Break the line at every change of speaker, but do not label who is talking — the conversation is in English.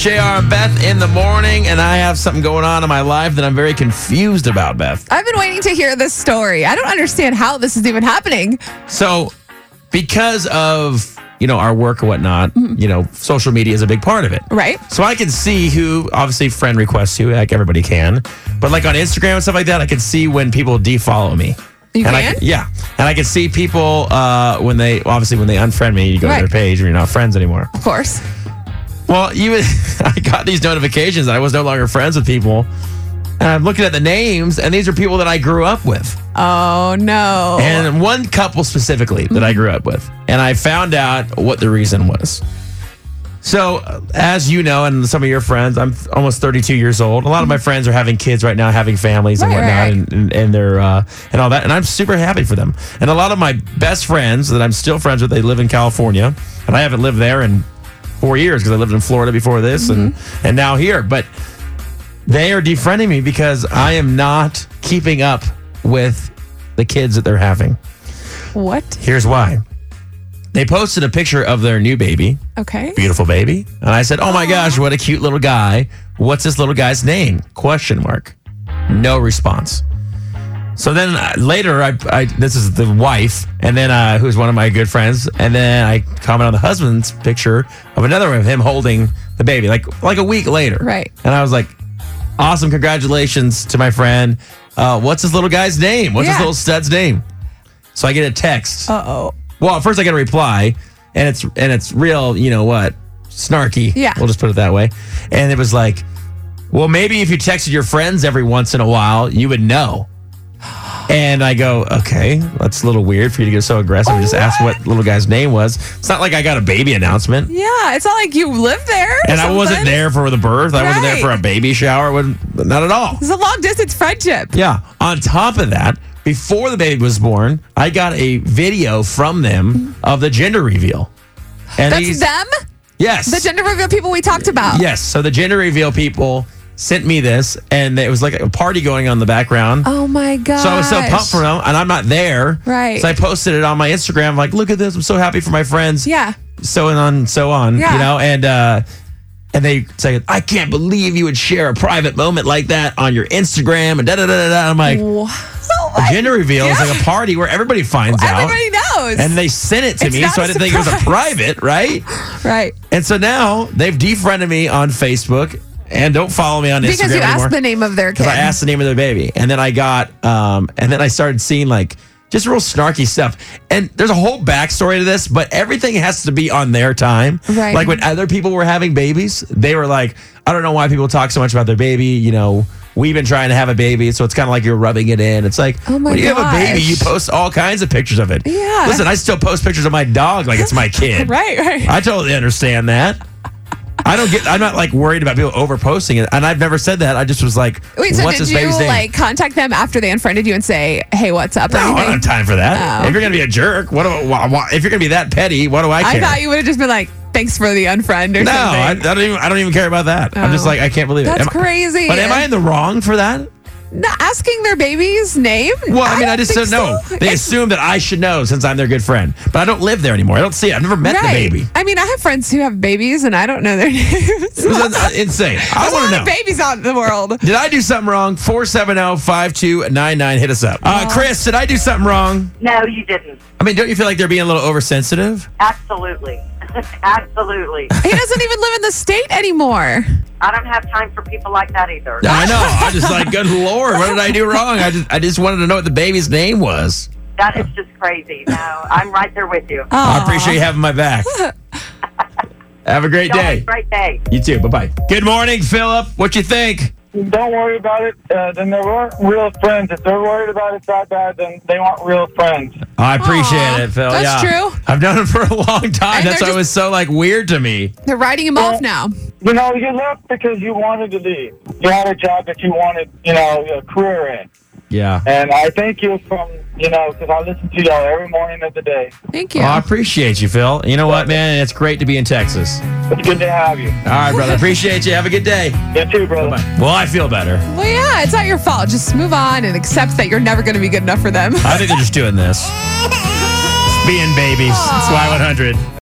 JR and Beth in the morning, and I have something going on in my life that I'm very confused about, Beth.
I've been waiting to hear this story. I don't understand how this is even happening.
So, because of you know our work and whatnot, you know, social media is a big part of it,
Mm-hmm. Right.
So I can see who, obviously, friend requests who, like everybody can, but like on Instagram and stuff like that, I can see when people defollow me.
You
and I,
can?
yeah, and I can see people uh, when they obviously when they unfriend me, you go
Right.
to their page and you're not friends anymore.
Of course.
Well, even I got these notifications that I was no longer friends with people. And I'm looking at the names, and these are people that I grew up with.
Oh no.
And one couple specifically that I grew up with. And I found out what the reason was. So, uh, as you know, and some of your friends, I'm th- almost 32 years old. A lot of my friends are having kids right now, having families and
Mm-hmm. Right,
whatnot,
right.
And, and, and they're uh, and all that. And I'm super happy for them. And a lot of my best friends that I'm still friends with, they live in California, and I haven't lived there in four years because I lived in Florida before this,
Mm-hmm.
and and now here. But they are defriending me because I am not keeping up with the kids that they're having.
what?
Here's why. They posted a picture of their new baby,
Okay.
beautiful baby, and I said, "Oh my gosh, what a cute little guy. What's this little guy's name?" question mark. No response. So then uh, later, I, I this is the wife, and then uh, who's one of my good friends, and then I comment on the husband's picture of another one of him holding the baby, like like a week later.
Right.
And I was like, "Awesome, congratulations to my friend. Uh, what's this little guy's name? What's this
Yeah.
little stud's name?" So I get a text.
Uh oh.
Well, first I get a reply, and it's and it's real. You know what? Snarky.
Yeah.
We'll just put it that way. And it was like, well, maybe if you texted your friends every once in a while, you would know. And I go, okay, that's a little weird for you to get so aggressive
Oh,
and just ask what little guy's name was. It's not like I got a baby announcement.
Yeah. It's not like you live there. or
And I wasn't
something.
there for the birth. I wasn't there
Right.
for a baby shower. It wasn't- Not at all.
It's a long distance friendship.
Yeah. On top of that, before the baby was born, I got a video from them of the gender reveal. And
That's
these-
them?
Yes.
The gender reveal people we talked about.
Yes. So the gender reveal people sent me this, and it was like a party going on in the background.
Oh my god.
So I was so pumped for them, and I'm not there.
Right.
So I posted it on my Instagram, like, look at this. I'm so happy for my friends.
Yeah.
So and on, so on.
Yeah.
You know, and uh, and they say, I can't believe you would share a private moment like that on your Instagram, and da da da da. da. I'm like,
Wow.
a gender reveal is
Yeah.
like a party where everybody finds
Everybody
out.
knows.
And they sent it to
It's
me,
not
so
a
I didn't think it was a
surprise.
private, right?
right.
And so now they've defriended me on Facebook and don't follow me on Instagram
Because you
anymore.
asked the name of their kid.
Because I asked the name of their baby, and then I got, um, and then I started seeing like just real snarky stuff. And there's a whole backstory to this, but everything has to be on their time.
Right.
Like when other people were having babies, they were like, I don't know why people talk so much about their baby. You know, we've been trying to have a baby, so it's kind of like you're rubbing it in. It's like,
Oh my
when you have a baby,
gosh.
you post all kinds of pictures of it.
Yeah.
Listen, I still post pictures of my dog like it's my kid.
Right, right.
I totally understand that. I don't get. I'm not like worried about people overposting it, and I've never said that. I just was like,
Wait, so
"What's
did
this
you
baby's name?"
like contact them after they unfriended you and say, "Hey, what's up?" or
no, I don't
anything?
have time for that.
Oh.
If you're gonna be a jerk, what do I, why, why, if you're gonna be that petty? What do I
I
care?
thought you would have just been like, "Thanks for the unfriend" or
no,
something.
I, I don't even. I don't even care about that. I'm just
Oh.
like, I can't believe it.
That's
Am I-
crazy.
but am I in the wrong for that?
Not asking their baby's name?
Well, I, mean, I
don't
just
think
don't know.
so.
They
It's-
assume that I should know since I'm their good friend, but I don't live there anymore. I don't see it. I've never met
right.
the baby.
I mean, I have friends who have babies, and I don't know their names.
It was uh, insane. I
There's
want
a lot
to know.
of babies out in the world.
Did I do something wrong? oh, 470 5299. Hit us up. Uh, Chris, did I do something wrong?
No, you didn't.
I mean, don't you feel like they're being a little oversensitive?
Absolutely. Absolutely.
he doesn't even live in the state anymore.
I don't have time for people like that either.
I know. I just like, good lord, what did I do wrong? I just, I just wanted to know what the baby's name was.
That is just crazy. No, I'm right there with you.
Uh,
I appreciate you having my back. Have a great
Y'all have a
day.
great day.
You too. Bye bye. Good morning, Philip. What you think?
Don't worry about it. Uh, then they weren't real friends. If they're worried about it that bad, then they weren't real friends.
I appreciate
Aw,
it, Phil.
that's
yeah.
true.
I've known him for a long time.
And
that's
they're
why it was so like weird to me.
They're writing him off now.
You know, you left because you wanted to leave. You had a job that you wanted, you know, a career in.
Yeah.
And I thank you from, you know, because I listen to y'all every morning of the day.
Thank you.
Well, I appreciate you, Phil. You know what, man? It's great to be in Texas.
It's good to have you.
All right, brother. Appreciate you. Have a good day.
You too, brother.
Bye. Well, I feel better.
well, yeah, it's not your fault. Just move on and accept that you're never going to be good enough for them.
I think they're just doing this. Just being babies. It's Y100.